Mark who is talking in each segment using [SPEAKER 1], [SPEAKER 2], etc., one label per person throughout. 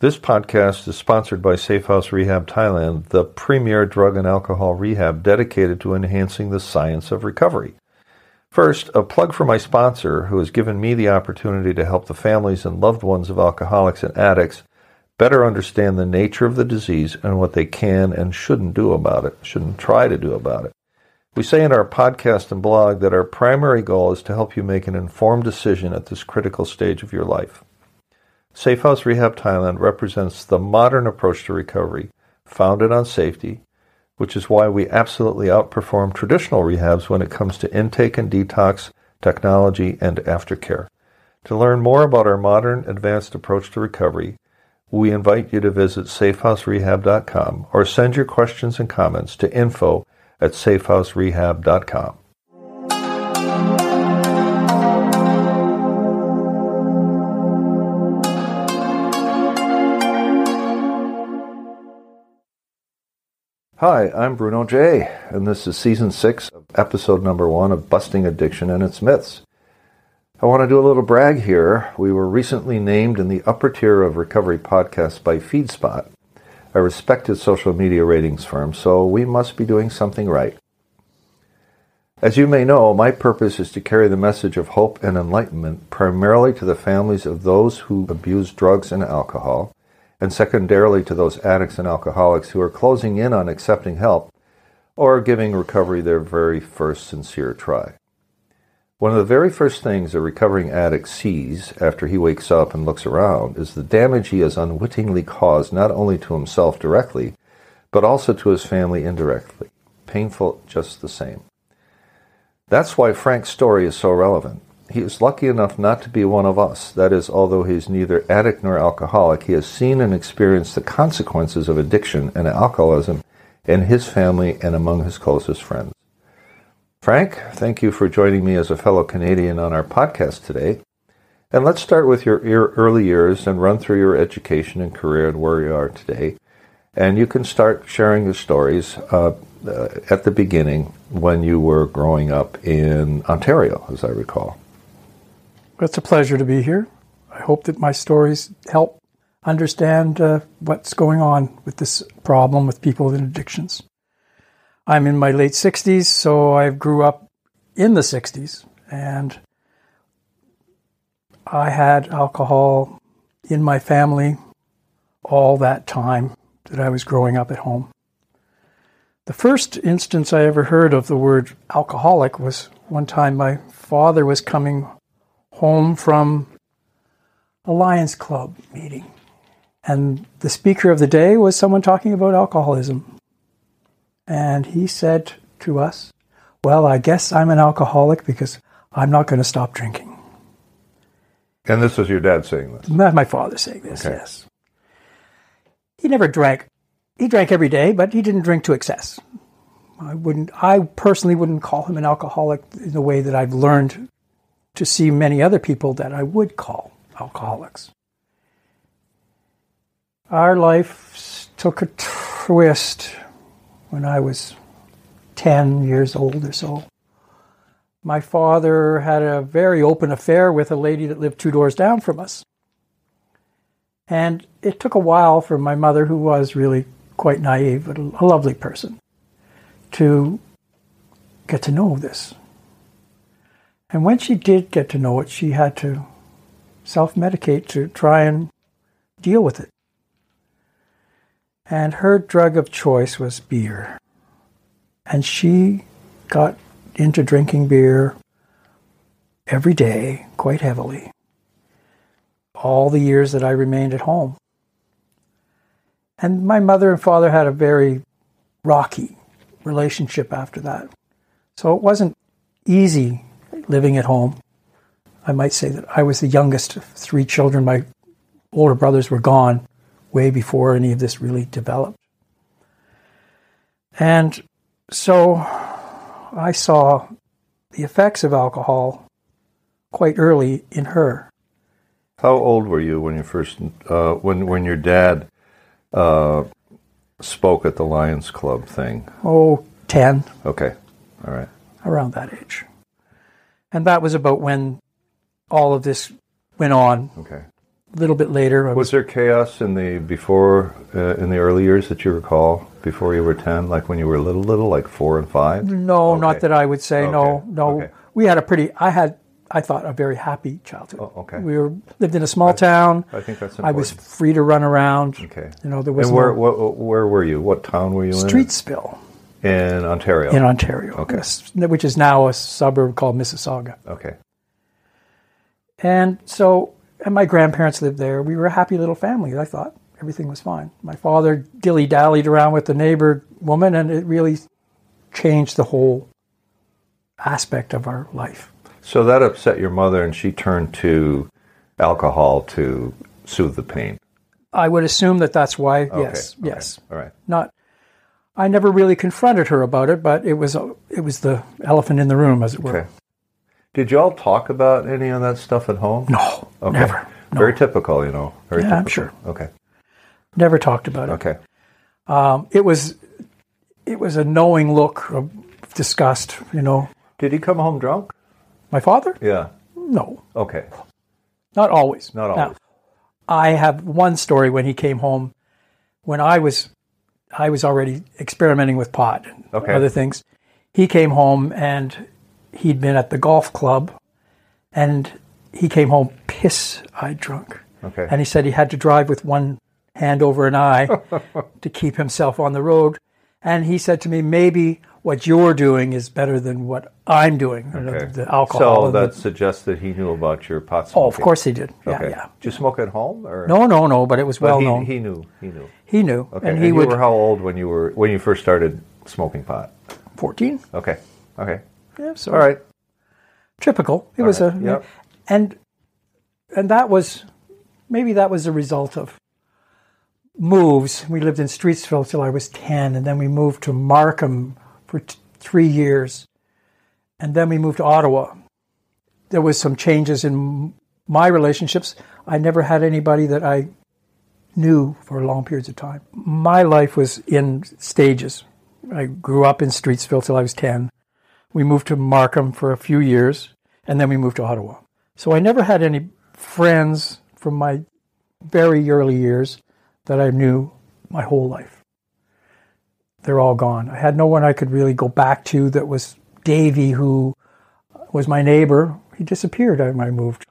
[SPEAKER 1] This podcast is sponsored by Safe House Rehab Thailand, the premier drug and alcohol rehab dedicated to enhancing the science of recovery. First, a plug for my sponsor, who has given me the opportunity to help the families and loved ones of alcoholics and addicts better understand the nature of the disease and what they can and shouldn't do about it, shouldn't try to do about it. We say in our podcast and blog that our primary goal is to help you make an informed decision at this critical stage of your life. Safe House Rehab Thailand represents the modern approach to recovery, founded on safety, which is why we absolutely outperform traditional rehabs when it comes to intake and detox, technology, and aftercare. To learn more about our modern advanced approach to recovery, we invite you to visit safehouserehab.com or send your questions and comments to info at safehouserehab.com. Hi, I'm Bruno J, and this is season six, episode number one of Busting Addiction and Its Myths. I want to do a little brag here. We were recently named in the upper tier of recovery podcasts by FeedSpot, a respected social media ratings firm, so we must be doing something right. As you may know, my purpose is to carry the message of hope and enlightenment primarily to the families of those who abuse drugs and alcohol and secondarily to those addicts and alcoholics who are closing in on accepting help or giving recovery their very first sincere try. One of the very first things a recovering addict sees after he wakes up and looks around is the damage he has unwittingly caused not only to himself directly, but also to his family indirectly. Painful just the same. That's why Frank's story is so relevant he is lucky enough not to be one of us. That is, although he is neither addict nor alcoholic, he has seen and experienced the consequences of addiction and alcoholism in his family and among his closest friends. Frank, thank you for joining me as a fellow Canadian on our podcast today. And let's start with your early years and run through your education and career and where you are today. And you can start sharing your stories uh, uh, at the beginning when you were growing up in Ontario, as I recall.
[SPEAKER 2] It's a pleasure to be here. I hope that my stories help understand uh, what's going on with this problem with people with addictions. I'm in my late 60s, so I grew up in the 60s and I had alcohol in my family all that time that I was growing up at home. The first instance I ever heard of the word alcoholic was one time my father was coming home from a Lions Club meeting. And the speaker of the day was someone talking about alcoholism. And he said to us, Well, I guess I'm an alcoholic because I'm not going to stop drinking.
[SPEAKER 1] And this was your dad saying this.
[SPEAKER 2] Not my father saying this,
[SPEAKER 1] Okay.
[SPEAKER 2] yes. He never drank. He drank every day, but he didn't drink to excess. I wouldn't I personally wouldn't call him an alcoholic in the way that I've learned to see many other people that I would call alcoholics. Our life s- took a twist when I was 10 years old or so. My father had a very open affair with a lady that lived two doors down from us. And it took a while for my mother, who was really quite naive, but a a lovely person, to get to know this. And when she did get to know it, she had to self medicate to try and deal with it. And her drug of choice was beer. And she got into drinking beer every day quite heavily, all the years that I remained at home. And my mother and father had a very rocky relationship after that. So it wasn't easy living at home. I might say that I was the youngest of three children. My older brothers were gone way before any of this really developed. And so I saw the effects of alcohol quite early in her.
[SPEAKER 1] How old were you when you first uh, when when your dad uh, spoke at the Lions Club thing?
[SPEAKER 2] Oh, 10,
[SPEAKER 1] Okay, all right.
[SPEAKER 2] around that age. And that was about when all of this went on
[SPEAKER 1] Okay,
[SPEAKER 2] little bit later. I
[SPEAKER 1] Was there chaos in the before uh, in the early years that you recall before you were ten, like when you were little, little, like four and five?
[SPEAKER 2] No,
[SPEAKER 1] Okay.
[SPEAKER 2] not that I would say. No,
[SPEAKER 1] Okay.
[SPEAKER 2] no.
[SPEAKER 1] Okay.
[SPEAKER 2] We had a pretty. I had. I thought a very happy childhood.
[SPEAKER 1] Oh, okay.
[SPEAKER 2] We were lived in a small town.
[SPEAKER 1] I think that's
[SPEAKER 2] I
[SPEAKER 1] important.
[SPEAKER 2] was free to run around.
[SPEAKER 1] okay.
[SPEAKER 2] You know, there was
[SPEAKER 1] and where,
[SPEAKER 2] no
[SPEAKER 1] where where were you? What town were you
[SPEAKER 2] Streetsville
[SPEAKER 1] in? In Ontario.
[SPEAKER 2] in Ontario, yes, which is now a suburb called Mississauga.
[SPEAKER 1] okay.
[SPEAKER 2] And so, and my grandparents lived there. We were a happy little family. I thought everything was fine. My father dilly dallied around with the neighbor woman, and it really changed the whole aspect of our life.
[SPEAKER 1] So that upset your mother, and she turned to alcohol to soothe the pain.
[SPEAKER 2] I would assume that that's why. yes,
[SPEAKER 1] Okay, okay,
[SPEAKER 2] yes.
[SPEAKER 1] All right.
[SPEAKER 2] Not. I never really confronted her about it, but it was it was the elephant in the room, as it were.
[SPEAKER 1] Okay. Did y'all talk about any of that stuff at home?
[SPEAKER 2] No,
[SPEAKER 1] Okay.
[SPEAKER 2] never, no.
[SPEAKER 1] Very typical, you know. Very
[SPEAKER 2] Yeah, I'm
[SPEAKER 1] typical. Okay.
[SPEAKER 2] never talked about it.
[SPEAKER 1] Okay. Uh-huh.
[SPEAKER 2] Um, it was it was a knowing look of disgust. You know,
[SPEAKER 1] Did he come home drunk?
[SPEAKER 2] my father.
[SPEAKER 1] Yeah.
[SPEAKER 2] No,
[SPEAKER 1] Okay.
[SPEAKER 2] not always.
[SPEAKER 1] Not
[SPEAKER 2] Now,
[SPEAKER 1] always.
[SPEAKER 2] I have one story when he came home, when I was, I was already experimenting with pot and
[SPEAKER 1] Okay.
[SPEAKER 2] other things. He came home and he'd been at the golf club, and he came home piss eyed drunk,
[SPEAKER 1] Okay.
[SPEAKER 2] and he said he had to drive with one hand over an eye to keep himself on the road, and he said to me, maybe what you're doing is better than what I'm doing, you know,
[SPEAKER 1] okay.
[SPEAKER 2] the, the alcohol.
[SPEAKER 1] So
[SPEAKER 2] and the-
[SPEAKER 1] that suggests that he knew about your pot
[SPEAKER 2] oh,
[SPEAKER 1] smoking.
[SPEAKER 2] of course he did. Yeah,
[SPEAKER 1] Okay.
[SPEAKER 2] yeah.
[SPEAKER 1] Did you smoke at home or
[SPEAKER 2] No, no, no, but it was
[SPEAKER 1] But
[SPEAKER 2] well
[SPEAKER 1] he,
[SPEAKER 2] known. He,
[SPEAKER 1] He knew. He knew.
[SPEAKER 2] knew.
[SPEAKER 1] Okay.
[SPEAKER 2] And he would.
[SPEAKER 1] you were how old when you were when you first started smoking pot?
[SPEAKER 2] 14?
[SPEAKER 1] Okay. Okay.
[SPEAKER 2] Yeah, so
[SPEAKER 1] All right.
[SPEAKER 2] typical. It was
[SPEAKER 1] right,
[SPEAKER 2] a.
[SPEAKER 1] yep.
[SPEAKER 2] And and that was. Maybe that was a result of moves. We lived in Streetsville till I was 10, and then we moved to Markham for t- three years, and then we moved to Ottawa. There was some changes in my relationships. I never had anybody that I knew for long periods of time. My life was in stages. I grew up in Streetsville till I was 10. We moved to Markham for a few years, and then we moved to Ottawa. So I never had any friends from my very early years that I knew my whole life. They're all gone. I had no one I could really go back to that was Davy, who was my neighbor. He disappeared when I moved.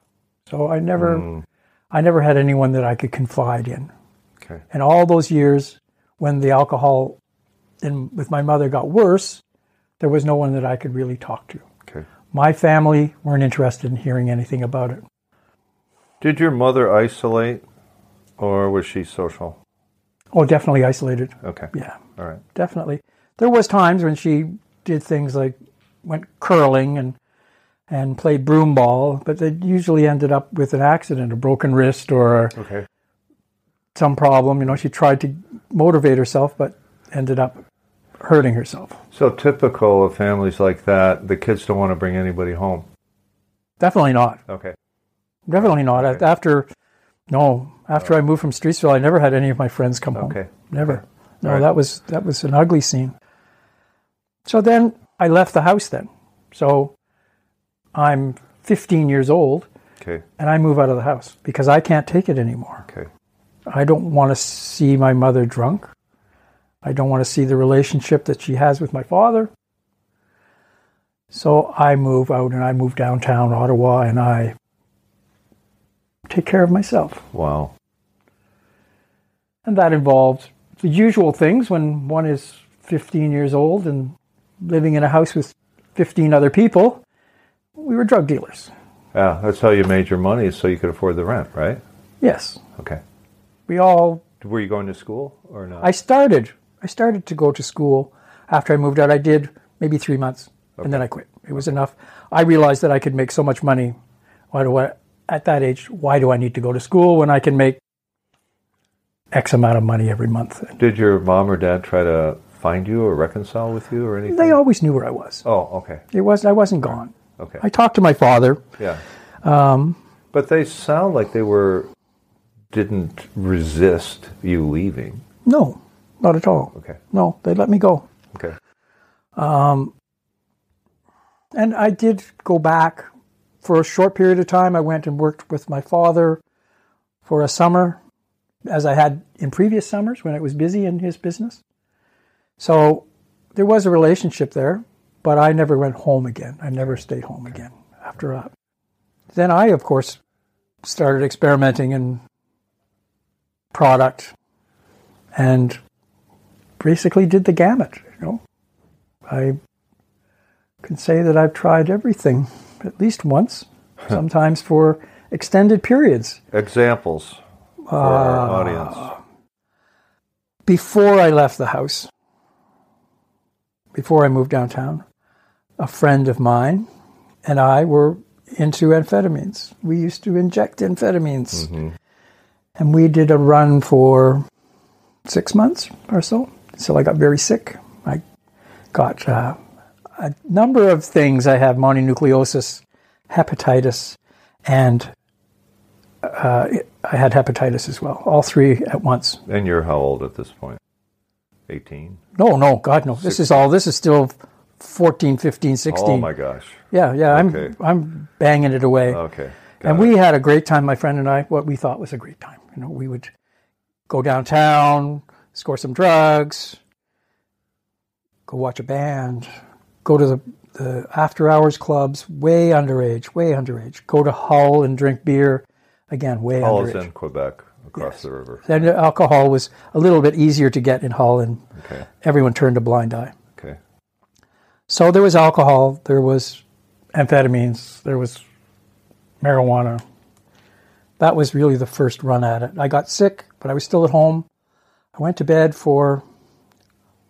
[SPEAKER 2] So I never, I never had anyone that I could confide in.
[SPEAKER 1] Okay.
[SPEAKER 2] And all those years when the alcohol in, with my mother got worse, there was no one that I could really talk to.
[SPEAKER 1] Okay.
[SPEAKER 2] My family weren't interested in hearing anything about it.
[SPEAKER 1] Did your mother isolate, or was she social?
[SPEAKER 2] Oh, definitely isolated.
[SPEAKER 1] Okay.
[SPEAKER 2] Yeah,
[SPEAKER 1] All right.
[SPEAKER 2] definitely. There was times when she did things like went curling and and played broom ball, but they usually ended up with an accident, a broken wrist or
[SPEAKER 1] Okay.
[SPEAKER 2] some problem. You know, she tried to motivate herself, but ended up hurting herself.
[SPEAKER 1] So typical of families like that, the kids don't want to bring anybody home.
[SPEAKER 2] Definitely not.
[SPEAKER 1] Okay.
[SPEAKER 2] Definitely not. A- After, no, after I moved from Streetsville, I never had any of my friends come home.
[SPEAKER 1] Oh. Okay.
[SPEAKER 2] Never. No,
[SPEAKER 1] Right.
[SPEAKER 2] that was that was an ugly scene. So then I left the house. Then, so I'm 15 years old,
[SPEAKER 1] Okay.
[SPEAKER 2] and I move out of the house because I can't take it anymore.
[SPEAKER 1] Okay.
[SPEAKER 2] I don't want to see my mother drunk. I don't want to see the relationship that she has with my father. So I move out and I move downtown Ottawa and I take care of myself.
[SPEAKER 1] Wow.
[SPEAKER 2] And that involved the usual things when one is 15 years old and living in a house with 15 other people. We were drug dealers.
[SPEAKER 1] Yeah, that's how you made your money, so you could afford the rent, right?
[SPEAKER 2] Yes.
[SPEAKER 1] Okay.
[SPEAKER 2] We all
[SPEAKER 1] Were you going to school or not?
[SPEAKER 2] I started. I started to go to school after I moved out. I did maybe three months, and then I quit. It was enough. I realized that I could make so much money. Why do I, at that age, why do I need to go to school when I can make X amount of money every month?
[SPEAKER 1] Did your mom or dad try to find you or reconcile with you or anything?
[SPEAKER 2] They always knew where I was.
[SPEAKER 1] oh, okay.
[SPEAKER 2] It was I wasn't gone.
[SPEAKER 1] Okay.
[SPEAKER 2] I talked to my father.
[SPEAKER 1] yeah. Um, but they sound like they were didn't resist you leaving.
[SPEAKER 2] No, not at all.
[SPEAKER 1] Okay.
[SPEAKER 2] No, they let me go.
[SPEAKER 1] Okay.
[SPEAKER 2] And I did go back for a short period of time. I went and worked with my father for a summer, as I had in previous summers when it was busy in his business. So there was a relationship there, but I never went home again. I never stayed home again after that. Then I, of course, started experimenting in product and basically did the gamut, you know. I can say that I've tried everything at least once, sometimes for extended periods.
[SPEAKER 1] Examples for our audience.
[SPEAKER 2] Before I left the house, before I moved downtown, a friend of mine and I were into amphetamines. We used to inject amphetamines. And we did a run for six months or so. So I got very sick. I got uh, a number of things. I have mononucleosis, hepatitis, and uh, I had hepatitis as well, all three at once.
[SPEAKER 1] And you're how old at this point? Oh 18?
[SPEAKER 2] No, no, God, no. This is all, this is still 14, 15, 16.
[SPEAKER 1] Oh my gosh.
[SPEAKER 2] Yeah, yeah, I'm,
[SPEAKER 1] Okay. Oh,
[SPEAKER 2] I'm banging it away.
[SPEAKER 1] Okay.
[SPEAKER 2] and we had a great time, my friend and I, what we thought was a great time. You know, we would go downtown, score some drugs, go watch a band, go to the, the after hours clubs, way underage, way underage, go to Hull and drink beer, again, way
[SPEAKER 1] Hull
[SPEAKER 2] underage.
[SPEAKER 1] is in Quebec, across the river.
[SPEAKER 2] Then alcohol was a little bit easier to get in Hull, and
[SPEAKER 1] Okay.
[SPEAKER 2] everyone turned a blind eye.
[SPEAKER 1] Okay.
[SPEAKER 2] So there was alcohol, there was amphetamines, there was marijuana. That was really the first run at it. I got sick, but I was still at home. I went to bed for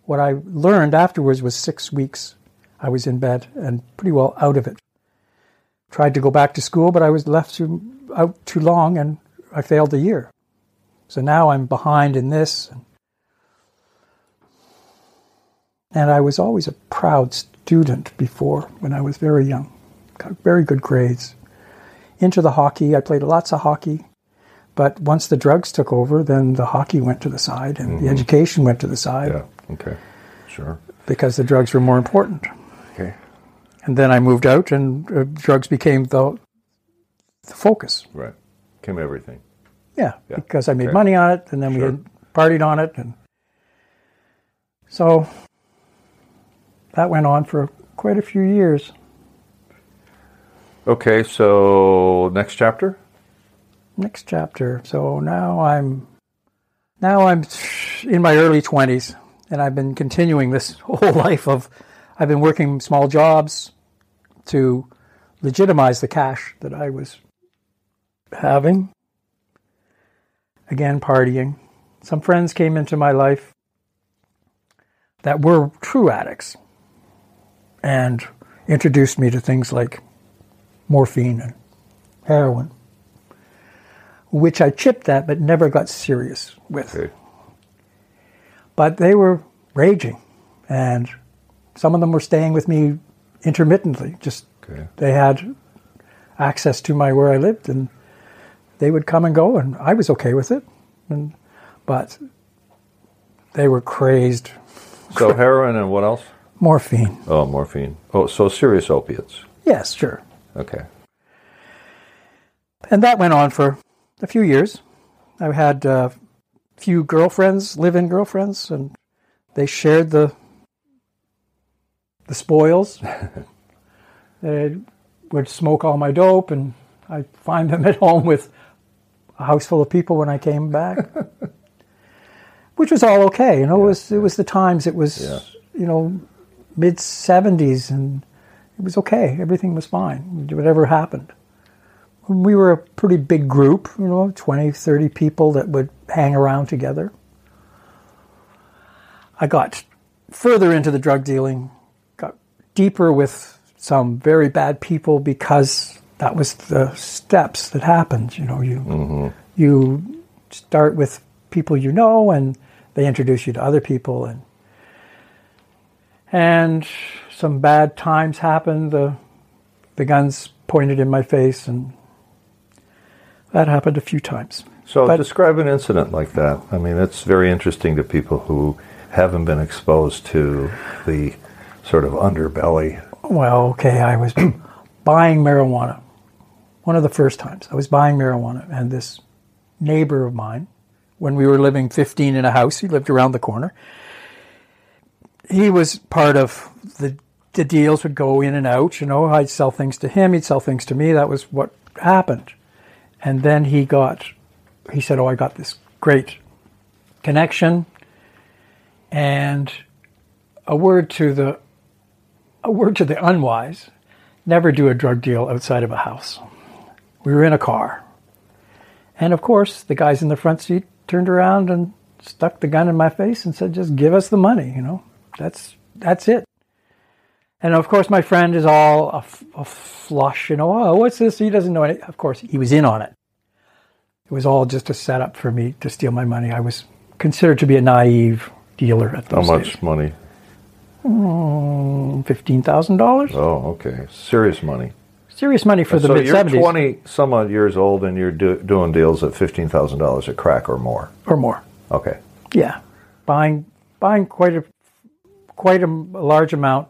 [SPEAKER 2] what I learned afterwards was six weeks. I was in bed and pretty well out of it. Tried to go back to school, but I was left too, out too long and I failed the year. So now I'm behind in this And I was always a proud student before when I was very young. Got very good grades. Into the hockey, I played lots of hockey. But once the drugs took over, then the hockey went to the side and the education went to the side
[SPEAKER 1] Yeah. Okay. Sure.
[SPEAKER 2] because the drugs were more important.
[SPEAKER 1] Okay.
[SPEAKER 2] And then I moved out and uh, drugs became the, the focus.
[SPEAKER 1] Right. Came everything.
[SPEAKER 2] Yeah,
[SPEAKER 1] Yeah.
[SPEAKER 2] because I made
[SPEAKER 1] Okay.
[SPEAKER 2] money on it, and then we
[SPEAKER 1] Sure.
[SPEAKER 2] had partied on it, and so that went on for quite a few years.
[SPEAKER 1] Okay. So next chapter.
[SPEAKER 2] Next chapter. So now I'm now I'm in my early twenties, and I've been continuing this whole life of I've been working small jobs to legitimize the cash that I was having. Again, partying. Some friends came into my life that were true addicts and introduced me to things like morphine and heroin, which I chipped at but never got serious with
[SPEAKER 1] Okay.
[SPEAKER 2] but they were raging and some of them were staying with me intermittently just
[SPEAKER 1] Okay.
[SPEAKER 2] they had access to my where i lived and they would come and go and i was okay with it and but they were crazed
[SPEAKER 1] So heroin and what else?
[SPEAKER 2] morphine
[SPEAKER 1] Oh, morphine. Oh, so serious opiates.
[SPEAKER 2] yes sure
[SPEAKER 1] Okay.
[SPEAKER 2] and that went on for a few years. I had a uh, few girlfriends, live-in girlfriends, and they shared the the spoils. they would smoke all my dope, and I find them at home with a house full of people when I came back, which was all okay. You know, it was it was the times. It was
[SPEAKER 1] Yeah.
[SPEAKER 2] you know mid seventies, and it was okay. Everything was fine. Whatever happened we were a pretty big group, you know, 20, 30 people that would hang around together. I got further into the drug dealing, got deeper with some very bad people because that was the steps that happened. You know, you you start with people you know, and they introduce you to other people, and and some bad times happened. The the guns pointed in my face, and that happened a few times.
[SPEAKER 1] So
[SPEAKER 2] But-
[SPEAKER 1] describe an incident like that. I mean, it's very interesting to people who haven't been exposed to the sort of underbelly.
[SPEAKER 2] Well, okay, I was buying marijuana. One of the first times I was buying marijuana, and this neighbor of mine when we were living 15 in a house. He lived around the corner. He was part of the the deals would go in and out. You know, I'd sell things to him, he'd sell things to me. That was what happened. And then he got, he said, "Oh, I got this great connection." And a word to the a word to the unwise: never do a drug deal outside of a house. We were in a car. And of course, the guys in the front seat turned around and stuck the gun in my face and said, "Just give us the money." You know, that's that's it. And of course, my friend is all a, f- a flush. You know, oh, what's this? He doesn't know it. Of course, he was in on it. It was all just a setup for me to steal my money. I was considered to be a naive dealer at
[SPEAKER 1] How
[SPEAKER 2] those
[SPEAKER 1] much money?
[SPEAKER 2] Fifteen thousand dollars.
[SPEAKER 1] Oh, okay. Serious money.
[SPEAKER 2] Serious money for the
[SPEAKER 1] so
[SPEAKER 2] mid
[SPEAKER 1] you're
[SPEAKER 2] seventies
[SPEAKER 1] 20 some odd years old and you're do- doing deals at $15,000 a crack or more.
[SPEAKER 2] or more.
[SPEAKER 1] Okay.
[SPEAKER 2] Yeah, buying buying quite a quite a large amount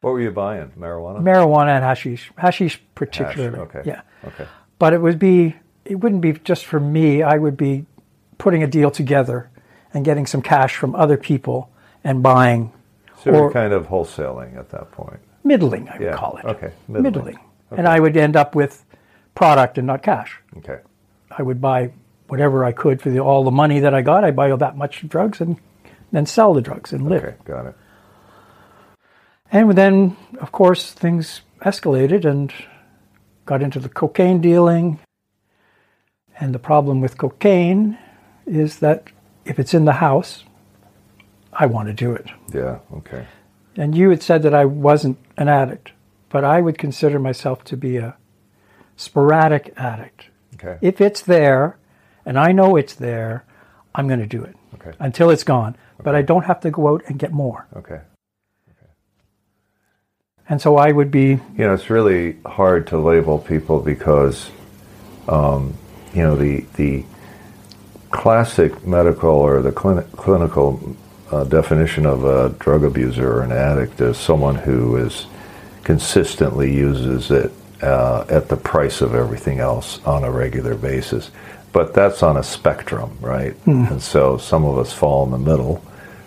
[SPEAKER 1] What were you buying? Marijuana?
[SPEAKER 2] marijuana and hashish, hashish particularly.
[SPEAKER 1] okay.
[SPEAKER 2] Yeah,
[SPEAKER 1] okay.
[SPEAKER 2] but it would be it wouldn't be just for me. I would be putting a deal together and getting some cash from other people and buying
[SPEAKER 1] So you're
[SPEAKER 2] Or-
[SPEAKER 1] kind of wholesaling at that point.
[SPEAKER 2] middling. I would
[SPEAKER 1] Yeah,
[SPEAKER 2] call it
[SPEAKER 1] okay, middling.
[SPEAKER 2] middling, and I would end up with product and not cash.
[SPEAKER 1] Okay.
[SPEAKER 2] I would buy whatever I could for the, all the money that I got. I buy that much drugs and then sell the drugs and live.
[SPEAKER 1] Okay. Got it.
[SPEAKER 2] And then, of course, things escalated and got into the cocaine dealing. And the problem with cocaine is that if it's in the house, I want to do it.
[SPEAKER 1] Yeah. Okay.
[SPEAKER 2] And you had said that I wasn't an addict, but I would consider myself to be a sporadic addict.
[SPEAKER 1] Okay.
[SPEAKER 2] If it's there and I know it's there, I'm going to do it
[SPEAKER 1] okay.
[SPEAKER 2] until it's gone. But I don't have to go out and get more.
[SPEAKER 1] Okay.
[SPEAKER 2] And so I would be
[SPEAKER 1] You know, it's really hard to label people because, um, you know, the the classic medical or the clini- clinical uh, definition of a drug abuser or an addict is someone who is consistently uses it uh, at the price of everything else on a regular basis. But that's on a spectrum, right? And so some of us fall in the middle,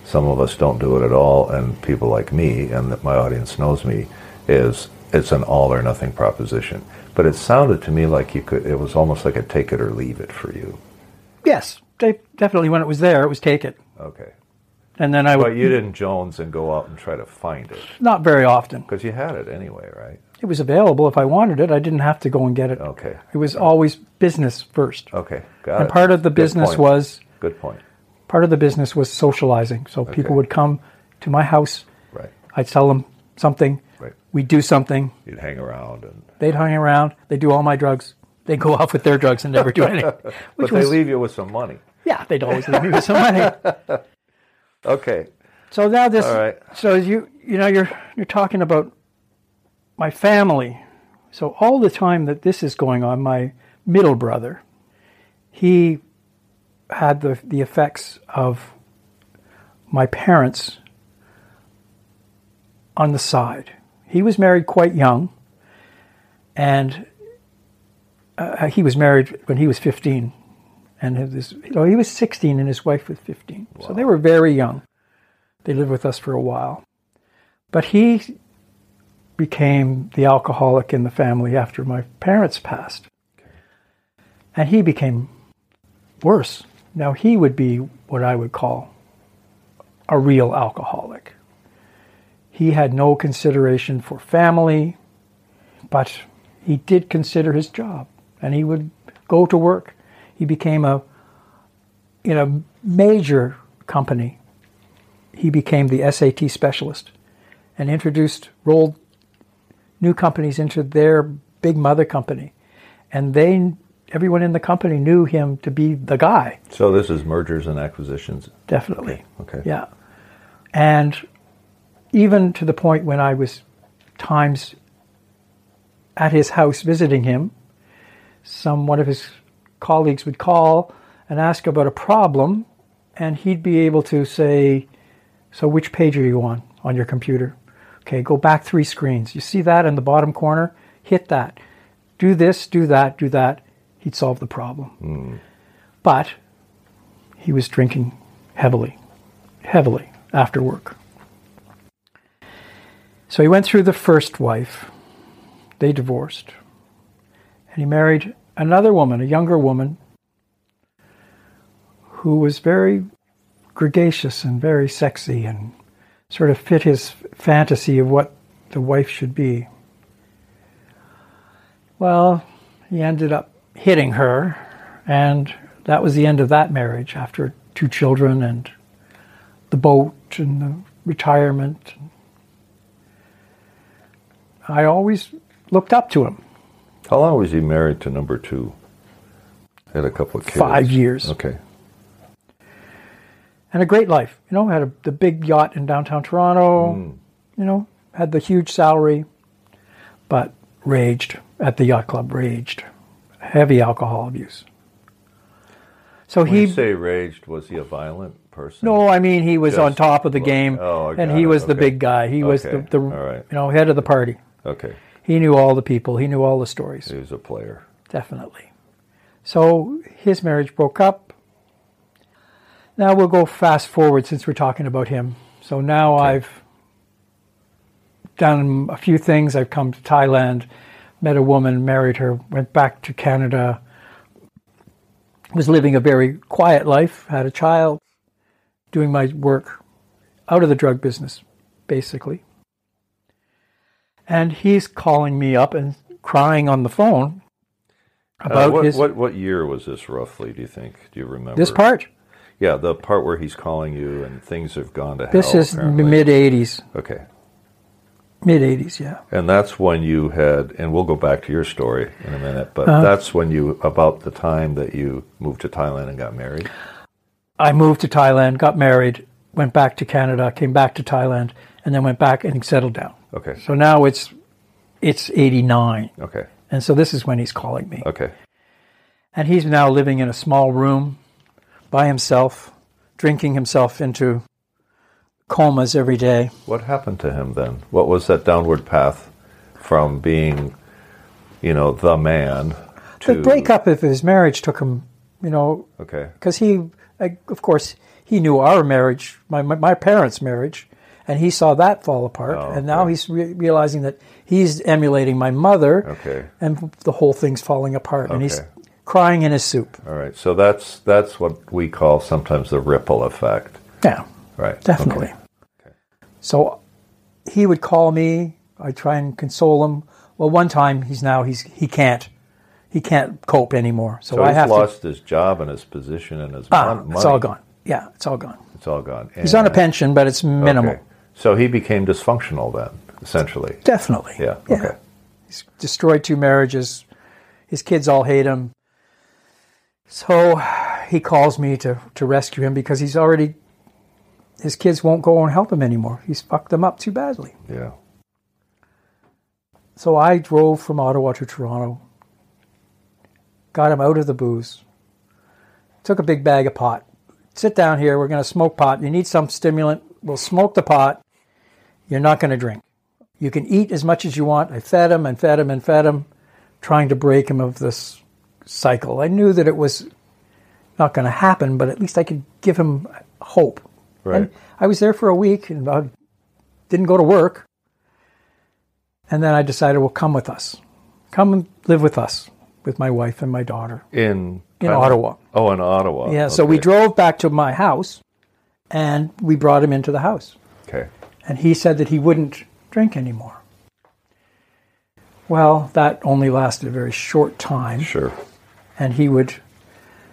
[SPEAKER 1] some of us don't do it at all, and people like me, and that my audience knows me, is it's an all or nothing proposition. But it sounded to me like you could, it was almost like a take it or leave it for you.
[SPEAKER 2] Yes, de- definitely. When it was there, it was take it,
[SPEAKER 1] Okay.
[SPEAKER 2] and then I would
[SPEAKER 1] But you didn't Jones and go out and try to find it
[SPEAKER 2] not very often.
[SPEAKER 1] because you had it anyway, right?
[SPEAKER 2] It was available if I wanted it. I didn't have to go and get it.
[SPEAKER 1] Okay.
[SPEAKER 2] It was always business first,
[SPEAKER 1] Okay. Got it.
[SPEAKER 2] and part of the
[SPEAKER 1] Oh, Good
[SPEAKER 2] business
[SPEAKER 1] point.
[SPEAKER 2] was
[SPEAKER 1] Good point.
[SPEAKER 2] part of the business was socializing. So people would come to my house.
[SPEAKER 1] Right.
[SPEAKER 2] I'd sell them something.
[SPEAKER 1] Right.
[SPEAKER 2] We'd do something.
[SPEAKER 1] You'd hang around and.
[SPEAKER 2] They'd hang around. They'd do all my drugs. They'd go off with their drugs and never do anything.
[SPEAKER 1] But
[SPEAKER 2] Which
[SPEAKER 1] they
[SPEAKER 2] was
[SPEAKER 1] leave you with some money.
[SPEAKER 2] yeah, they'd always leave me with some money.
[SPEAKER 1] Okay.
[SPEAKER 2] So now this.
[SPEAKER 1] All right.
[SPEAKER 2] So you you know you're you're talking about my family. So all the time that this is going on, my middle brother, he had the the effects of my parents on the side. He was married quite young, and uh, he was married when he was 15, and had this you know, he was 16 and his wife was 15. So they were very young. They lived with us for a while, but he became the alcoholic in the family after my parents passed, and he became worse. Now he would be what I would call a real alcoholic. He had no consideration for family, but he did consider his job and he would go to work. He became a in a major company. He became the SAT specialist and introduced rolled new companies into their big mother company. And they everyone in the company knew him to be the guy.
[SPEAKER 1] So this is mergers and acquisitions.
[SPEAKER 2] Definitely.
[SPEAKER 1] Okay.
[SPEAKER 2] Yeah. And even to the point when I was times at his house visiting him, some one of his colleagues would call and ask about a problem, and he'd be able to say, So which page are you on on your computer? Okay, go back three screens. You see that in the bottom corner? Hit that. Do this, do that, do that. He'd solve the problem. But he was drinking heavily, heavily after work. So he went through the first wife. They divorced. And he married another woman, a younger woman, who was very gregarious and very sexy and sort of fit his fantasy of what the wife should be. Well, he ended up hitting her, and that was the end of that marriage after two children and the boat and the retirement. I always looked up to him.
[SPEAKER 1] How long was he married to number two? Had a couple of kids.
[SPEAKER 2] Five years.
[SPEAKER 1] Okay.
[SPEAKER 2] and a great life. You know, had a, the big yacht in downtown Toronto.
[SPEAKER 1] Mm.
[SPEAKER 2] You know, had the huge salary, but raged at the yacht club. Raged, heavy alcohol abuse. So
[SPEAKER 1] When
[SPEAKER 2] he
[SPEAKER 1] you say raged, was he a violent person?
[SPEAKER 2] no, I mean he was on
[SPEAKER 1] Just
[SPEAKER 2] top of the
[SPEAKER 1] like-
[SPEAKER 2] game,
[SPEAKER 1] oh, I
[SPEAKER 2] and
[SPEAKER 1] got
[SPEAKER 2] he
[SPEAKER 1] it.
[SPEAKER 2] was the
[SPEAKER 1] Okay.
[SPEAKER 2] big guy. He was the,
[SPEAKER 1] Okay.
[SPEAKER 2] the
[SPEAKER 1] All right.
[SPEAKER 2] you know head of the party.
[SPEAKER 1] Okay.
[SPEAKER 2] He knew all the people. He knew all the stories.
[SPEAKER 1] He was a player.
[SPEAKER 2] Definitely. So his marriage broke up. Now we'll go fast forward since we're talking about him. So now I've done a few things. I've come to Thailand, met a woman, married her, went back to Canada, was living a very quiet life, had a child, doing my work out of the drug business, basically. And he's calling me up and crying on the phone
[SPEAKER 1] Uh,
[SPEAKER 2] about
[SPEAKER 1] what,
[SPEAKER 2] his
[SPEAKER 1] what what year was this roughly? Do you think? Do you remember?
[SPEAKER 2] this part.
[SPEAKER 1] Yeah, the part where he's calling you and things have gone to
[SPEAKER 2] This
[SPEAKER 1] hell.
[SPEAKER 2] is
[SPEAKER 1] apparently.
[SPEAKER 2] mid '80s,
[SPEAKER 1] Okay,
[SPEAKER 2] mid '80s, yeah.
[SPEAKER 1] and that's when you had, and we'll go back to your story in a minute, but
[SPEAKER 2] Uh-huh.
[SPEAKER 1] that's when you about the time that you moved to Thailand and got married.
[SPEAKER 2] I moved to Thailand, got married, went back to Canada, came back to Thailand, and then went back and settled down.
[SPEAKER 1] Okay,
[SPEAKER 2] So now it's it's '89,
[SPEAKER 1] okay,
[SPEAKER 2] and so this is when he's calling me,
[SPEAKER 1] okay.
[SPEAKER 2] and he's now living in a small room by himself, drinking himself into comas every day.
[SPEAKER 1] What happened to him then? What was that downward path from being, you know, the man to
[SPEAKER 2] The breakup of his marriage took him, you know,
[SPEAKER 1] Okay,
[SPEAKER 2] because he, I- of course, he knew our marriage, my my, my parents' marriage, and he saw that fall apart.
[SPEAKER 1] Oh,
[SPEAKER 2] And now he's re- realizing that he's emulating my mother,
[SPEAKER 1] Okay.
[SPEAKER 2] and the whole thing's falling apart. And he's
[SPEAKER 1] Okay.
[SPEAKER 2] crying in his soup.
[SPEAKER 1] all right. So that's that's what we call sometimes the ripple effect,
[SPEAKER 2] Yeah,
[SPEAKER 1] right?
[SPEAKER 2] definitely.
[SPEAKER 1] Okay.
[SPEAKER 2] So he would call me. I try and console him. Well, one time he's now he's he can't he can't cope anymore. So,
[SPEAKER 1] So
[SPEAKER 2] I
[SPEAKER 1] he's
[SPEAKER 2] have to.
[SPEAKER 1] lost his job and his position and his
[SPEAKER 2] Ah,
[SPEAKER 1] mon- money.
[SPEAKER 2] it's all gone. Yeah, it's all gone.
[SPEAKER 1] It's all gone.
[SPEAKER 2] He's on a pension, but it's minimal.
[SPEAKER 1] So he became dysfunctional then, essentially.
[SPEAKER 2] Definitely.
[SPEAKER 1] Yeah. Okay.
[SPEAKER 2] He's destroyed two marriages. His kids all hate him. So he calls me to, to rescue him because he's already, his kids won't go and help him anymore. He's fucked them up too badly.
[SPEAKER 1] Yeah.
[SPEAKER 2] So I drove from Ottawa to Toronto, got him out of the booze, took a big bag of pot. Sit down here, we're going to smoke pot. You need some stimulant, we'll smoke the pot. You're not going to drink. You can eat as much as you want. I fed him and fed him and fed him, trying to break him of this cycle. I knew that it was not going to happen, but at least I could give him hope.
[SPEAKER 1] Right.
[SPEAKER 2] And I was there for a week and I didn't go to work. And then I decided, well, come with us. Come and live with us, with my wife and my daughter.
[SPEAKER 1] in
[SPEAKER 2] In
[SPEAKER 1] Thailand.
[SPEAKER 2] Ottawa.
[SPEAKER 1] Oh, in Ottawa.
[SPEAKER 2] Yeah, so we
[SPEAKER 1] Okay.
[SPEAKER 2] drove back to my house and we brought him into the house.
[SPEAKER 1] Okay.
[SPEAKER 2] And he said that he wouldn't drink anymore. Well, that only lasted a very short time.
[SPEAKER 1] Sure.
[SPEAKER 2] and he would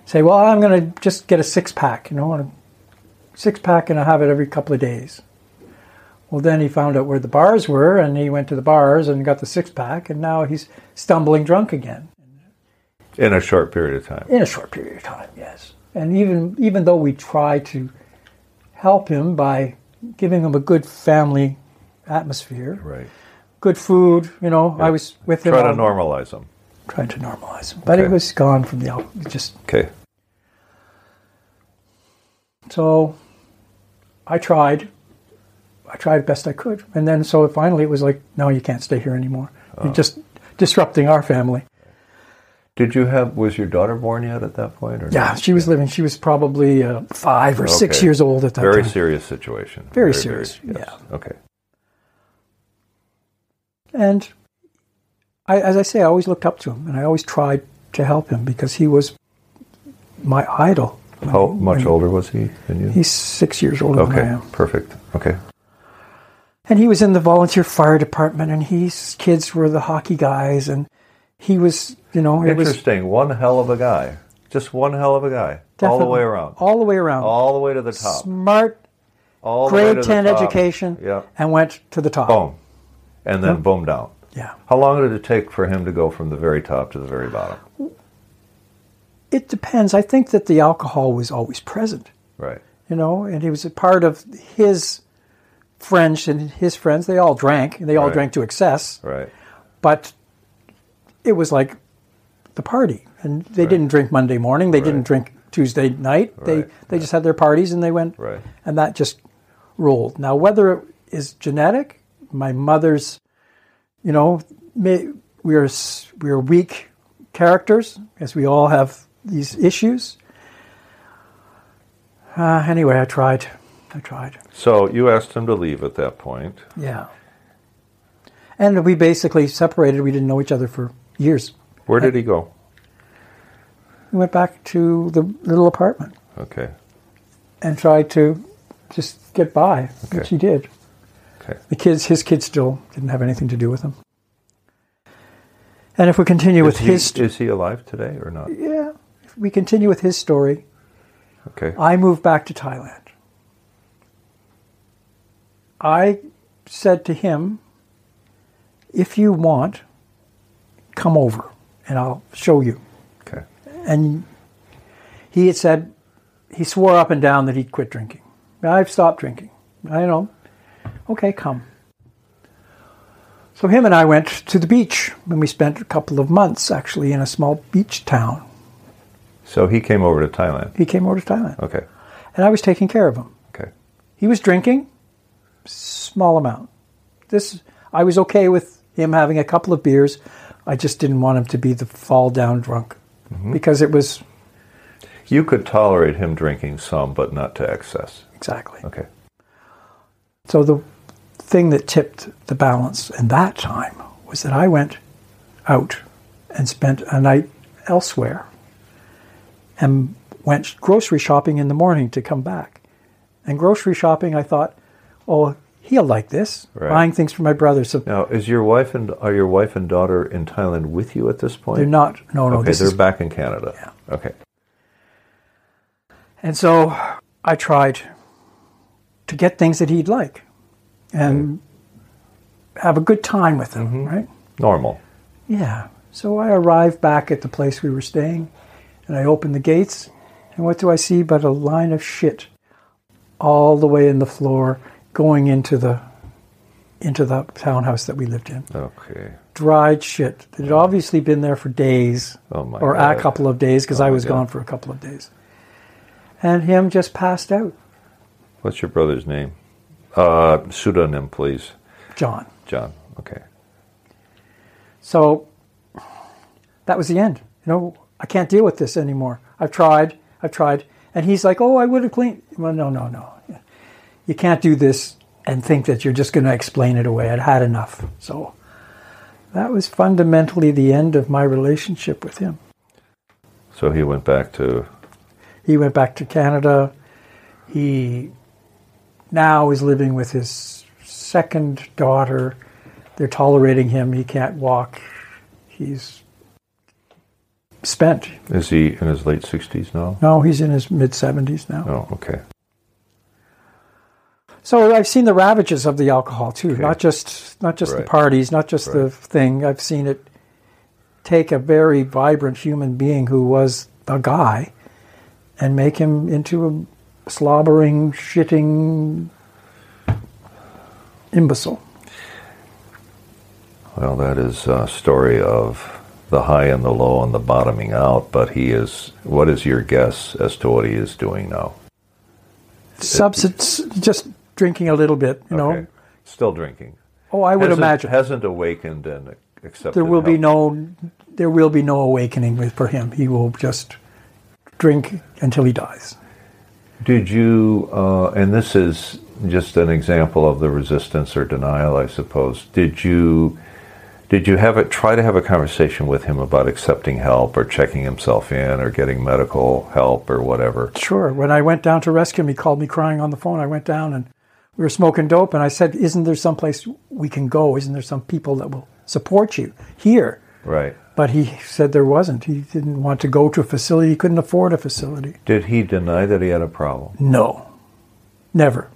[SPEAKER 2] say, "Well, I'm going to just get a six pack, you know, and a six pack, and I have it every couple of days." Well, then he found out where the bars were, and he went to the bars and got the six pack, and now he's stumbling drunk again
[SPEAKER 1] In a short period of time.
[SPEAKER 2] in a short period of time. Yes, and even even though we try to help him by giving him a good family atmosphere,
[SPEAKER 1] Right.
[SPEAKER 2] good food, you know, I was with him
[SPEAKER 1] Try to
[SPEAKER 2] on-
[SPEAKER 1] normalize them.
[SPEAKER 2] trying to normalize him, but it
[SPEAKER 1] Okay.
[SPEAKER 2] was gone from the al- it just
[SPEAKER 1] Okay.
[SPEAKER 2] So I tried. I tried best I could. And then so
[SPEAKER 1] Oh.
[SPEAKER 2] finally it was like, no, you can't stay here anymore. You're just disrupting our family.
[SPEAKER 1] Did you have, was your daughter born yet at that point? Or
[SPEAKER 2] Yeah,
[SPEAKER 1] not?
[SPEAKER 2] she was living. She was probably uh, five or six
[SPEAKER 1] Okay.
[SPEAKER 2] years old at that
[SPEAKER 1] Very
[SPEAKER 2] time.
[SPEAKER 1] serious situation.
[SPEAKER 2] Very serious,
[SPEAKER 1] Yeah. Okay.
[SPEAKER 2] And I, as I say, I always looked up to him, and I always tried to help him because he was my idol.
[SPEAKER 1] How much older was he than you?
[SPEAKER 2] He's six years older than I
[SPEAKER 1] Okay.
[SPEAKER 2] am.
[SPEAKER 1] Perfect. Okay.
[SPEAKER 2] and he was in the volunteer fire department and his kids were the hockey guys and he was you know it was
[SPEAKER 1] Interesting. One hell of a guy. Just one hell of a guy. all the
[SPEAKER 2] definitely-
[SPEAKER 1] way around. All,
[SPEAKER 2] all the way around
[SPEAKER 1] the way to the top.
[SPEAKER 2] smart
[SPEAKER 1] All the way
[SPEAKER 2] grade
[SPEAKER 1] to the
[SPEAKER 2] 10
[SPEAKER 1] top.
[SPEAKER 2] education
[SPEAKER 1] Yeah.
[SPEAKER 2] and went to the top
[SPEAKER 1] Boom. And then boom down.
[SPEAKER 2] yeah
[SPEAKER 1] How long did it take for him to go from the very top to the very bottom?
[SPEAKER 2] it depends i think that the alcohol was always present
[SPEAKER 1] Right.
[SPEAKER 2] you know and he was a part of his friends and his friends they all drank and they all
[SPEAKER 1] Right.
[SPEAKER 2] drank to excess
[SPEAKER 1] Right.
[SPEAKER 2] but it was like the party and they
[SPEAKER 1] Right.
[SPEAKER 2] didn't drink monday morning they didn't
[SPEAKER 1] Right.
[SPEAKER 2] drink tuesday night they
[SPEAKER 1] Right.
[SPEAKER 2] they just had their parties and they went
[SPEAKER 1] Right.
[SPEAKER 2] and that just rolled now whether it is genetic my mother's you know may, we are s- we are weak characters as we all have these issues uh, anyway i tried i tried
[SPEAKER 1] So you asked him to leave at that point.
[SPEAKER 2] yeah and we basically separated we didn't know each other for years
[SPEAKER 1] Where did he go?
[SPEAKER 2] We went back to the little apartment
[SPEAKER 1] Okay.
[SPEAKER 2] and tried to just get by, which
[SPEAKER 1] Okay.
[SPEAKER 2] he did.
[SPEAKER 1] Okay.
[SPEAKER 2] The kids, his kids, still didn't have anything to do with him. And if we continue with
[SPEAKER 1] is,
[SPEAKER 2] his,
[SPEAKER 1] he, is he alive today or not?
[SPEAKER 2] yeah, if we continue with his story,
[SPEAKER 1] Okay.
[SPEAKER 2] I moved back to Thailand. I said to him, "If you want, come over, and I'll show you."
[SPEAKER 1] Okay.
[SPEAKER 2] and he had said he swore up and down that he'd quit drinking. I've stopped drinking. I know. Okay, come. So him and I went to the beach, and we spent a couple of months actually in a small beach town.
[SPEAKER 1] So he came over to Thailand.
[SPEAKER 2] He came over to Thailand,
[SPEAKER 1] Okay.
[SPEAKER 2] and I was taking care of him.
[SPEAKER 1] Okay.
[SPEAKER 2] He was drinking, small amount. This I was okay with him having a couple of beers. I just didn't want him to be the fall down drunk because it was
[SPEAKER 1] You could tolerate him drinking some, but not to excess.
[SPEAKER 2] exactly.
[SPEAKER 1] Okay.
[SPEAKER 2] So the thing that tipped the balance in that time was that I went out and spent a night elsewhere and went grocery shopping in the morning to come back. And grocery shopping, I thought, oh, he'll like this,
[SPEAKER 1] Right.
[SPEAKER 2] buying things for my brother. So
[SPEAKER 1] Now, is your wife and are your wife and daughter in Thailand with you at this point?
[SPEAKER 2] they're not, no, no,
[SPEAKER 1] Okay,
[SPEAKER 2] this
[SPEAKER 1] they're
[SPEAKER 2] is.
[SPEAKER 1] back in Canada. Yeah. Okay.
[SPEAKER 2] And so I tried to get things that he'd like and have a good time with him,
[SPEAKER 1] Mm-hmm.
[SPEAKER 2] right?
[SPEAKER 1] Normal.
[SPEAKER 2] Yeah. So I arrived back at the place we were staying and I opened the gates and what do I see but a line of shit all the way in the floor going into the into the townhouse that we lived in.
[SPEAKER 1] Okay.
[SPEAKER 2] Dried shit that had obviously been there for days
[SPEAKER 1] Oh my
[SPEAKER 2] or
[SPEAKER 1] God. Oh
[SPEAKER 2] a couple of days because I
[SPEAKER 1] my
[SPEAKER 2] was
[SPEAKER 1] God.
[SPEAKER 2] gone for a couple of days. And him just passed out,
[SPEAKER 1] What's your brother's name? Uh, pseudonym, please.
[SPEAKER 2] John.
[SPEAKER 1] John. Okay.
[SPEAKER 2] So that was the end. You know, I can't deal with this anymore. I've tried, I've tried. And he's like, oh, I would have cleaned. Well, no, no, no. You can't do this and think that you're just going to explain it away. I'd had enough. So that was fundamentally the end of my relationship with him.
[SPEAKER 1] So he went back to.
[SPEAKER 2] He went back to Canada. He now is living with his second daughter. They're tolerating him. He can't walk. He's spent.
[SPEAKER 1] Is he in his late sixties now?
[SPEAKER 2] No, he's in his mid 70s now.
[SPEAKER 1] Oh, okay.
[SPEAKER 2] So I've seen the ravages of the alcohol too, not just not just the
[SPEAKER 1] Right.
[SPEAKER 2] parties, not just the
[SPEAKER 1] Right.
[SPEAKER 2] thing. I've seen it take a very vibrant human being who was a guy and make him into a slobbering, shitting imbecile.
[SPEAKER 1] Well, that is a story of the high and the low and the bottoming out. But he is. What is your guess as to what he is doing now?
[SPEAKER 2] Substance just drinking a little bit, you know.
[SPEAKER 1] Still drinking.
[SPEAKER 2] Oh, I would
[SPEAKER 1] hasn't,
[SPEAKER 2] imagine.
[SPEAKER 1] hasn't awakened and accepted.
[SPEAKER 2] there will be
[SPEAKER 1] help.
[SPEAKER 2] no there will be no awakening with, for him. He will just drink until he dies.
[SPEAKER 1] Did you? Uh, and this is just an example of the resistance or denial, I suppose. Did you? Did you have it? Try to have a conversation with him about accepting help or checking himself in or getting medical help or whatever.
[SPEAKER 2] Sure. When I went down to rescue him, he called me crying on the phone. I went down and we were smoking dope, and I said, "Isn't there some place we can go? Isn't there some people that will support you here?"
[SPEAKER 1] Right.
[SPEAKER 2] But he said there wasn't. He didn't want to go to a facility. He couldn't afford a facility.
[SPEAKER 1] Did he deny that he had a problem?
[SPEAKER 2] No, never.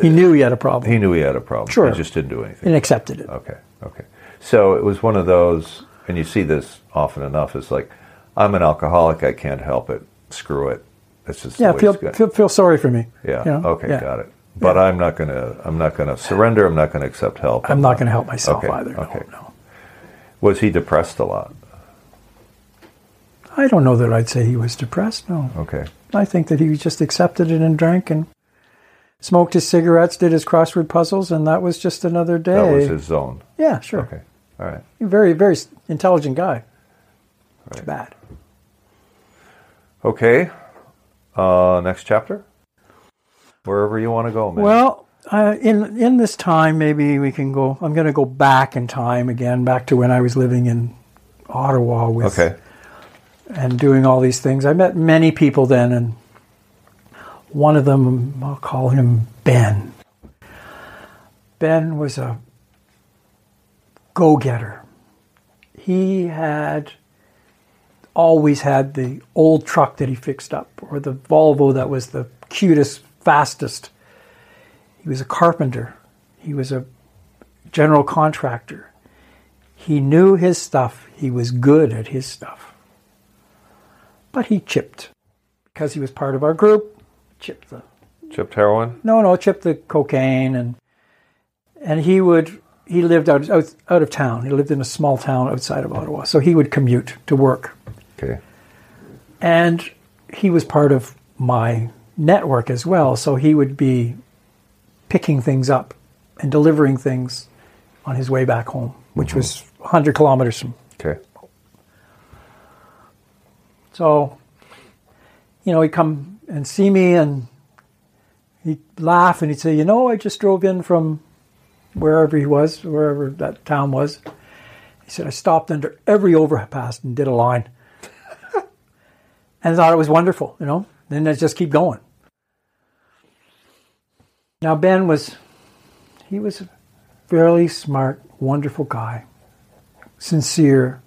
[SPEAKER 2] He knew he had a problem
[SPEAKER 1] He knew he had a problem.
[SPEAKER 2] Sure.
[SPEAKER 1] He just didn't do anything.
[SPEAKER 2] and accepted it.
[SPEAKER 1] Okay, okay. So it was one of those, and you see this often enough. It's like, I'm an alcoholic. I can't help it. Screw it. That's just
[SPEAKER 2] Yeah,
[SPEAKER 1] the way
[SPEAKER 2] feel,
[SPEAKER 1] it's go-
[SPEAKER 2] feel feel sorry for me.
[SPEAKER 1] yeah.
[SPEAKER 2] you know?
[SPEAKER 1] Okay,
[SPEAKER 2] Yeah.
[SPEAKER 1] got it. But I'm not gonna. I'm not gonna surrender. I'm not gonna accept help.
[SPEAKER 2] I'm not going to help myself
[SPEAKER 1] Okay,
[SPEAKER 2] either. No,
[SPEAKER 1] okay.
[SPEAKER 2] no.
[SPEAKER 1] Was he depressed a lot?
[SPEAKER 2] I don't know that I'd say he was depressed. No,
[SPEAKER 1] Okay.
[SPEAKER 2] I think that he just accepted it and drank and smoked his cigarettes, did his crossword puzzles, and that was just another day.
[SPEAKER 1] That was his zone.
[SPEAKER 2] yeah, sure.
[SPEAKER 1] Okay. All right.
[SPEAKER 2] Very, very s- intelligent guy. Too
[SPEAKER 1] Right.
[SPEAKER 2] bad.
[SPEAKER 1] Okay. Uh, next chapter. Wherever you want to go, man.
[SPEAKER 2] Well, uh, in in this time, maybe we can go. I'm going to go back in time again, back to when I was living in Ottawa with
[SPEAKER 1] Okay.
[SPEAKER 2] and doing all these things. I met many people then, and one of them, I'll call him Ben. Ben was a go getter. He had always had the old truck that he fixed up, or the Volvo that was the cutest, fastest. He was a carpenter, he was a general contractor. He knew his stuff, he was good at his stuff but he chipped because he was part of our group. Chipped the
[SPEAKER 1] Chipped heroin.
[SPEAKER 2] no, no, chipped the cocaine and and he would he lived out out, out of town. He lived in a small town outside of Ottawa, so he would commute to work,
[SPEAKER 1] Okay.
[SPEAKER 2] and he was part of my network as well. So he would be picking things up and delivering things on his way back home, which was 100 kilometers from
[SPEAKER 1] Okay.
[SPEAKER 2] So, you know, he'd come and see me and he'd laugh and he'd say, You know, I just drove in from wherever he was, wherever that town was. He said, I stopped under every overpass and did a line. and I thought it was wonderful, you know? Then I just keep going. Now, Ben was, he was a fairly smart, wonderful guy, sincere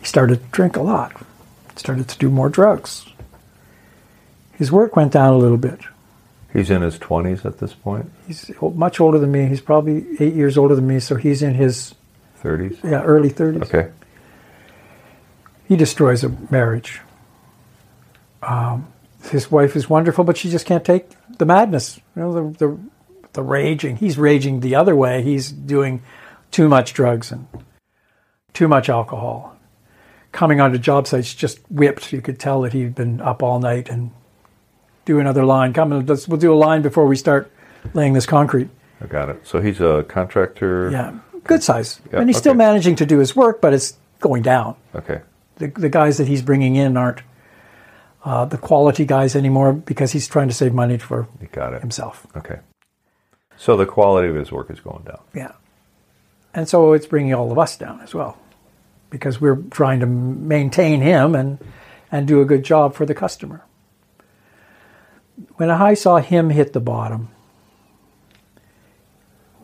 [SPEAKER 2] he started to drink a lot, started to do more drugs. His work went down a little bit.
[SPEAKER 1] He's in his 20s at this point.
[SPEAKER 2] He's o- much older than me. He's probably eight years older than me, so he's in his
[SPEAKER 1] 30s.
[SPEAKER 2] yeah, early 30s.
[SPEAKER 1] Okay.
[SPEAKER 2] He destroys a marriage. Um, his wife is wonderful, but she just can't take the madness, you know, the, the, the raging. He's raging the other way. He's doing too much drugs and too much alcohol. Coming onto job sites, just whipped. You could tell that he'd been up all night and do another line. Come and let's, we'll do a line before we start laying this concrete.
[SPEAKER 1] I got it. So he's a contractor.
[SPEAKER 2] Yeah, good size.
[SPEAKER 1] Yeah,
[SPEAKER 2] and he's still
[SPEAKER 1] okay.
[SPEAKER 2] managing to do his work, but it's going down
[SPEAKER 1] Okay.
[SPEAKER 2] the, the guys that he's bringing in aren't uh, the quality guys anymore because he's trying to save money for
[SPEAKER 1] You got it.
[SPEAKER 2] himself.
[SPEAKER 1] Okay. So the quality of his work is going down.
[SPEAKER 2] Yeah. And so it's bringing all of us down as well because we're trying to m- maintain him and, and do a good job for the customer. When I saw him hit the bottom,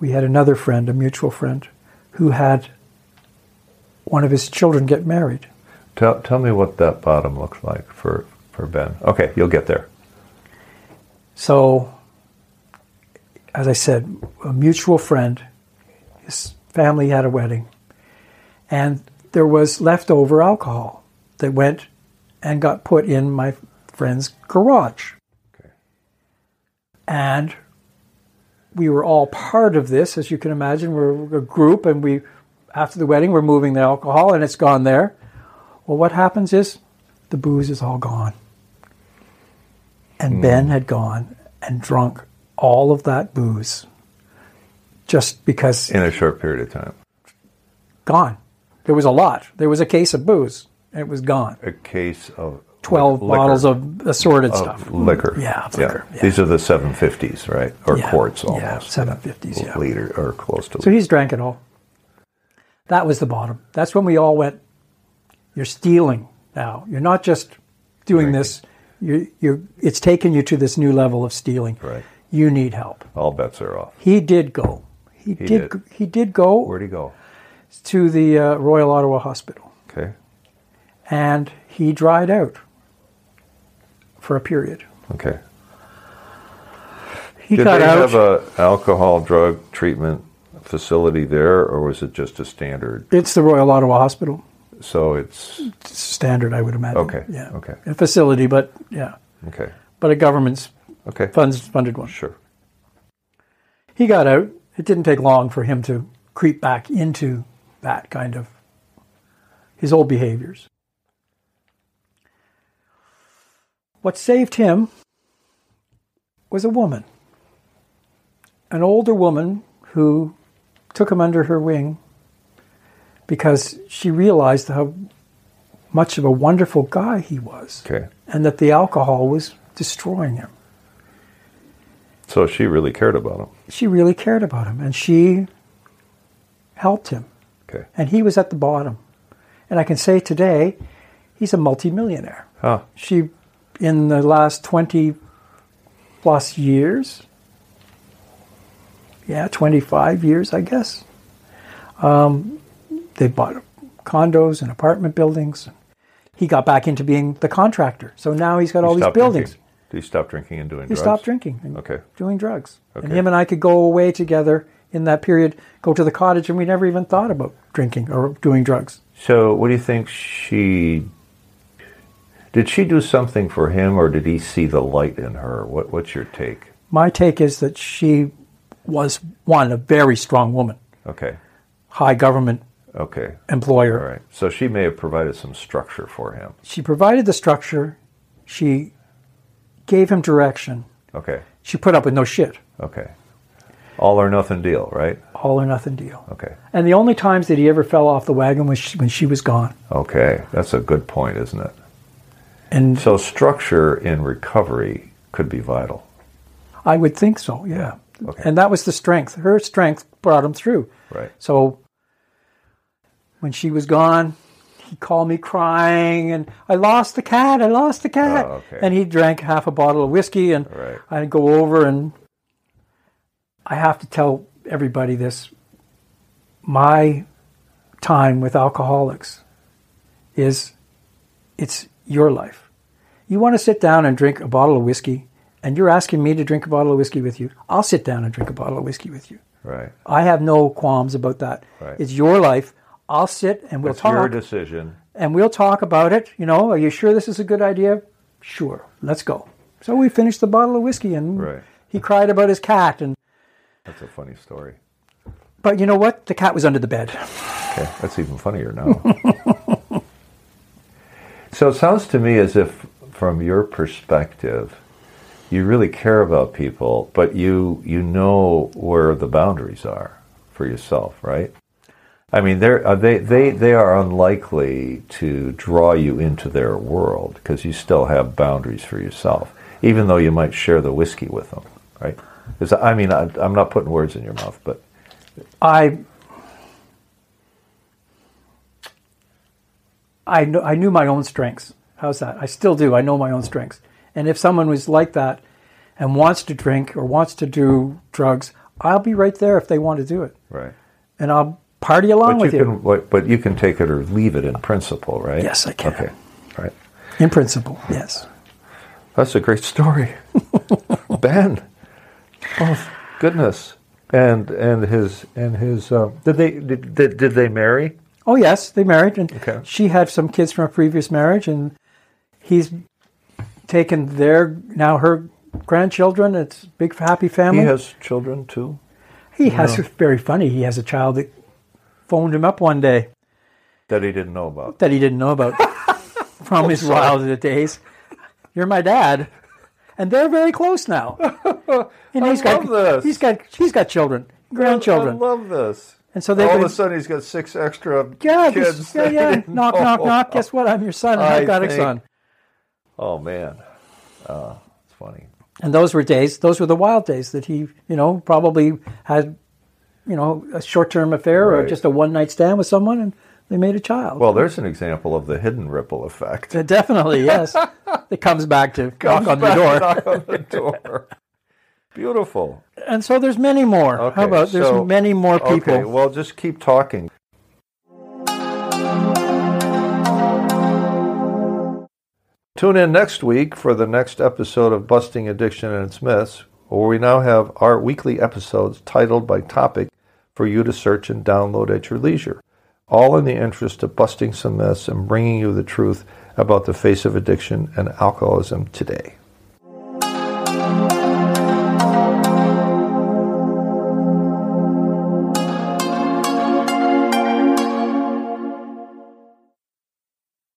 [SPEAKER 2] we had another friend, a mutual friend, who had one of his children get married.
[SPEAKER 1] Tell, tell me what that bottom looks like for, for Ben. Okay, you'll get there.
[SPEAKER 2] So, as I said, a mutual friend, his family had a wedding, and there was leftover alcohol that went and got put in my friend's garage.
[SPEAKER 1] Okay.
[SPEAKER 2] And we were all part of this, as you can imagine. We're a group, and we, after the wedding, we're moving the alcohol, and it's gone there. Well, what happens is the booze is all gone. And Ben had gone and drunk all of that booze just because
[SPEAKER 1] in a short period of time.
[SPEAKER 2] gone. There was a lot. There was a case of booze. and It was gone.
[SPEAKER 1] A case of
[SPEAKER 2] 12
[SPEAKER 1] liquor-
[SPEAKER 2] bottles of assorted stuff.
[SPEAKER 1] liquor.
[SPEAKER 2] Yeah, of liquor, yeah.
[SPEAKER 1] These are the 750s, right? Or
[SPEAKER 2] Yeah,
[SPEAKER 1] quarts
[SPEAKER 2] yeah,
[SPEAKER 1] almost.
[SPEAKER 2] 750s, yeah.
[SPEAKER 1] Liter or close to
[SPEAKER 2] So he's drank it all. That was the bottom. That's when we all went, you're stealing now. You're not just doing this. You, you, it's taken you to this new level of stealing.
[SPEAKER 1] Right.
[SPEAKER 2] You need help.
[SPEAKER 1] All bets are off.
[SPEAKER 2] He did go. He, did.
[SPEAKER 1] did.
[SPEAKER 2] go- He did go
[SPEAKER 1] Where'd he go?
[SPEAKER 2] to the uh, Royal Ottawa Hospital,
[SPEAKER 1] Okay.
[SPEAKER 2] and he dried out for a period.
[SPEAKER 1] Okay.
[SPEAKER 2] He
[SPEAKER 1] Did
[SPEAKER 2] got
[SPEAKER 1] they
[SPEAKER 2] out.
[SPEAKER 1] have a alcohol drug treatment facility there, or was it just a standard?
[SPEAKER 2] It's the Royal Ottawa Hospital.
[SPEAKER 1] So it's
[SPEAKER 2] It's standard, I would imagine.
[SPEAKER 1] Okay,
[SPEAKER 2] Yeah.
[SPEAKER 1] okay.
[SPEAKER 2] A facility, but yeah,
[SPEAKER 1] okay.
[SPEAKER 2] but a government's
[SPEAKER 1] Okay.
[SPEAKER 2] funds funded one.
[SPEAKER 1] Sure.
[SPEAKER 2] He got out. It didn't take long for him to creep back into that kind of his old behaviors. What saved him was a woman, an older woman who took him under her wing because she realized how much of a wonderful guy he was
[SPEAKER 1] Okay.
[SPEAKER 2] and that the alcohol was destroying him.
[SPEAKER 1] So she really cared about him.
[SPEAKER 2] she really cared about him and she helped him
[SPEAKER 1] Okay.
[SPEAKER 2] and he was at the bottom and i can say today he's a multimillionaire
[SPEAKER 1] Huh.
[SPEAKER 2] she in the last 20 plus years yeah 25 years i guess um, they bought condos and apartment buildings he got back into being the contractor so now he's got all these
[SPEAKER 1] stopped
[SPEAKER 2] buildings
[SPEAKER 1] Drinking. He stopped drinking and doing
[SPEAKER 2] he
[SPEAKER 1] drugs.
[SPEAKER 2] stopped drinking and
[SPEAKER 1] Okay.
[SPEAKER 2] doing drugs. And
[SPEAKER 1] Okay.
[SPEAKER 2] him and I could go away together in that period, go to the cottage, and we never even thought about drinking or doing drugs.
[SPEAKER 1] So what do you think she did? She do something for him, or did he see the light in her? What What's your take?
[SPEAKER 2] My take is that she was one, a very strong woman,
[SPEAKER 1] Okay.
[SPEAKER 2] high government
[SPEAKER 1] Okay.
[SPEAKER 2] employer.
[SPEAKER 1] All right. So she may have provided some structure for him.
[SPEAKER 2] She provided the structure, she gave him direction,
[SPEAKER 1] Okay.
[SPEAKER 2] she put up with no shit.
[SPEAKER 1] Okay. All or nothing deal, right?
[SPEAKER 2] All or nothing deal.
[SPEAKER 1] Okay.
[SPEAKER 2] And the only times that he ever fell off the wagon was she, when she was gone.
[SPEAKER 1] Okay. That's a good point, isn't it?
[SPEAKER 2] And
[SPEAKER 1] So structure in recovery could be vital.
[SPEAKER 2] I would think so, yeah.
[SPEAKER 1] Okay.
[SPEAKER 2] And that was the strength. Her strength brought him through.
[SPEAKER 1] Right.
[SPEAKER 2] So when she was gone, he called me crying and I lost the cat, I lost the cat.
[SPEAKER 1] Oh, okay.
[SPEAKER 2] And he drank half a bottle of whiskey and
[SPEAKER 1] Right.
[SPEAKER 2] I'd go over and I have to tell everybody this. My time with alcoholics is it's your life. You want to sit down and drink a bottle of whiskey and you're asking me to drink a bottle of whiskey with you. I'll sit down and drink a bottle of whiskey with you.
[SPEAKER 1] Right.
[SPEAKER 2] I have no qualms about that.
[SPEAKER 1] Right.
[SPEAKER 2] It's your life. I'll sit and we'll
[SPEAKER 1] It's your
[SPEAKER 2] talk
[SPEAKER 1] decision.
[SPEAKER 2] and we'll talk about it. You know, are you sure this is a good idea? Sure, let's go. So we finished the bottle of whiskey and
[SPEAKER 1] Right.
[SPEAKER 2] he cried about his cat and
[SPEAKER 1] That's a funny story.
[SPEAKER 2] but you know what? The cat was under the bed.
[SPEAKER 1] Okay, that's even funnier now. so it sounds to me as if, from your perspective, you really care about people, but you you know where the boundaries are for yourself, right? I mean, they're, uh, they they they are unlikely to draw you into their world because you still have boundaries for yourself, even though you might share the whiskey with them, right? 'Cause, I mean, I, I'm not putting words in your mouth, but
[SPEAKER 2] I I kn- I knew my own strengths. How's that? I still do. I know my own strengths. And if someone was like that and wants to drink or wants to do drugs, I'll be right there if they want to do it.
[SPEAKER 1] right.
[SPEAKER 2] And I'll party along
[SPEAKER 1] But
[SPEAKER 2] with
[SPEAKER 1] you
[SPEAKER 2] you.
[SPEAKER 1] can, but- but you can take it or leave it in principle, right?
[SPEAKER 2] Yes, I can.
[SPEAKER 1] Okay, all right.
[SPEAKER 2] In principle, yes.
[SPEAKER 1] That's a great story, Ben. Oh goodness! And and his and his um, did they did, did did they marry?
[SPEAKER 2] Oh yes, they married, and
[SPEAKER 1] Okay.
[SPEAKER 2] she had some kids from a previous marriage, and he's taken their now her grandchildren. It's a big happy
[SPEAKER 1] He
[SPEAKER 2] family.
[SPEAKER 1] has children too.
[SPEAKER 2] He has it's very funny. He has a child that phoned him up one day
[SPEAKER 1] That he didn't know about.
[SPEAKER 2] that he didn't know about from his wilder days. You're my dad, and they're very close now. And he's got
[SPEAKER 1] love this.
[SPEAKER 2] he's got he's got children. grandchildren.
[SPEAKER 1] I love this.
[SPEAKER 2] And so they
[SPEAKER 1] all
[SPEAKER 2] could-
[SPEAKER 1] of a sudden he's got six extra
[SPEAKER 2] Yeah,
[SPEAKER 1] kids.
[SPEAKER 2] just, yeah,
[SPEAKER 1] that he
[SPEAKER 2] yeah.
[SPEAKER 1] didn't
[SPEAKER 2] Knock,
[SPEAKER 1] know
[SPEAKER 2] knock, knock. Guess what? I'm your son. And
[SPEAKER 1] I
[SPEAKER 2] I've got a
[SPEAKER 1] think-
[SPEAKER 2] son.
[SPEAKER 1] Oh man, uh, it's funny.
[SPEAKER 2] And those were days. Those were the wild days that he, you know, probably had, you know, a short-term affair or
[SPEAKER 1] Right.
[SPEAKER 2] just a one-night stand with someone, and they made a child.
[SPEAKER 1] Well, there's an example of the hidden ripple effect.
[SPEAKER 2] Uh, Definitely, yes. it comes back to knock on the
[SPEAKER 1] Back,
[SPEAKER 2] door.
[SPEAKER 1] knock on the door. Beautiful.
[SPEAKER 2] And so there's many more.
[SPEAKER 1] Okay,
[SPEAKER 2] How about there's
[SPEAKER 1] so-
[SPEAKER 2] many more people.
[SPEAKER 1] Okay, well, just keep talking. Tune in next week for the next episode of Busting Addiction and Its Myths, where we now have our weekly episodes titled by topic for you to search and download at your leisure, all in the interest of busting some myths and bringing you the truth about the face of addiction and alcoholism today.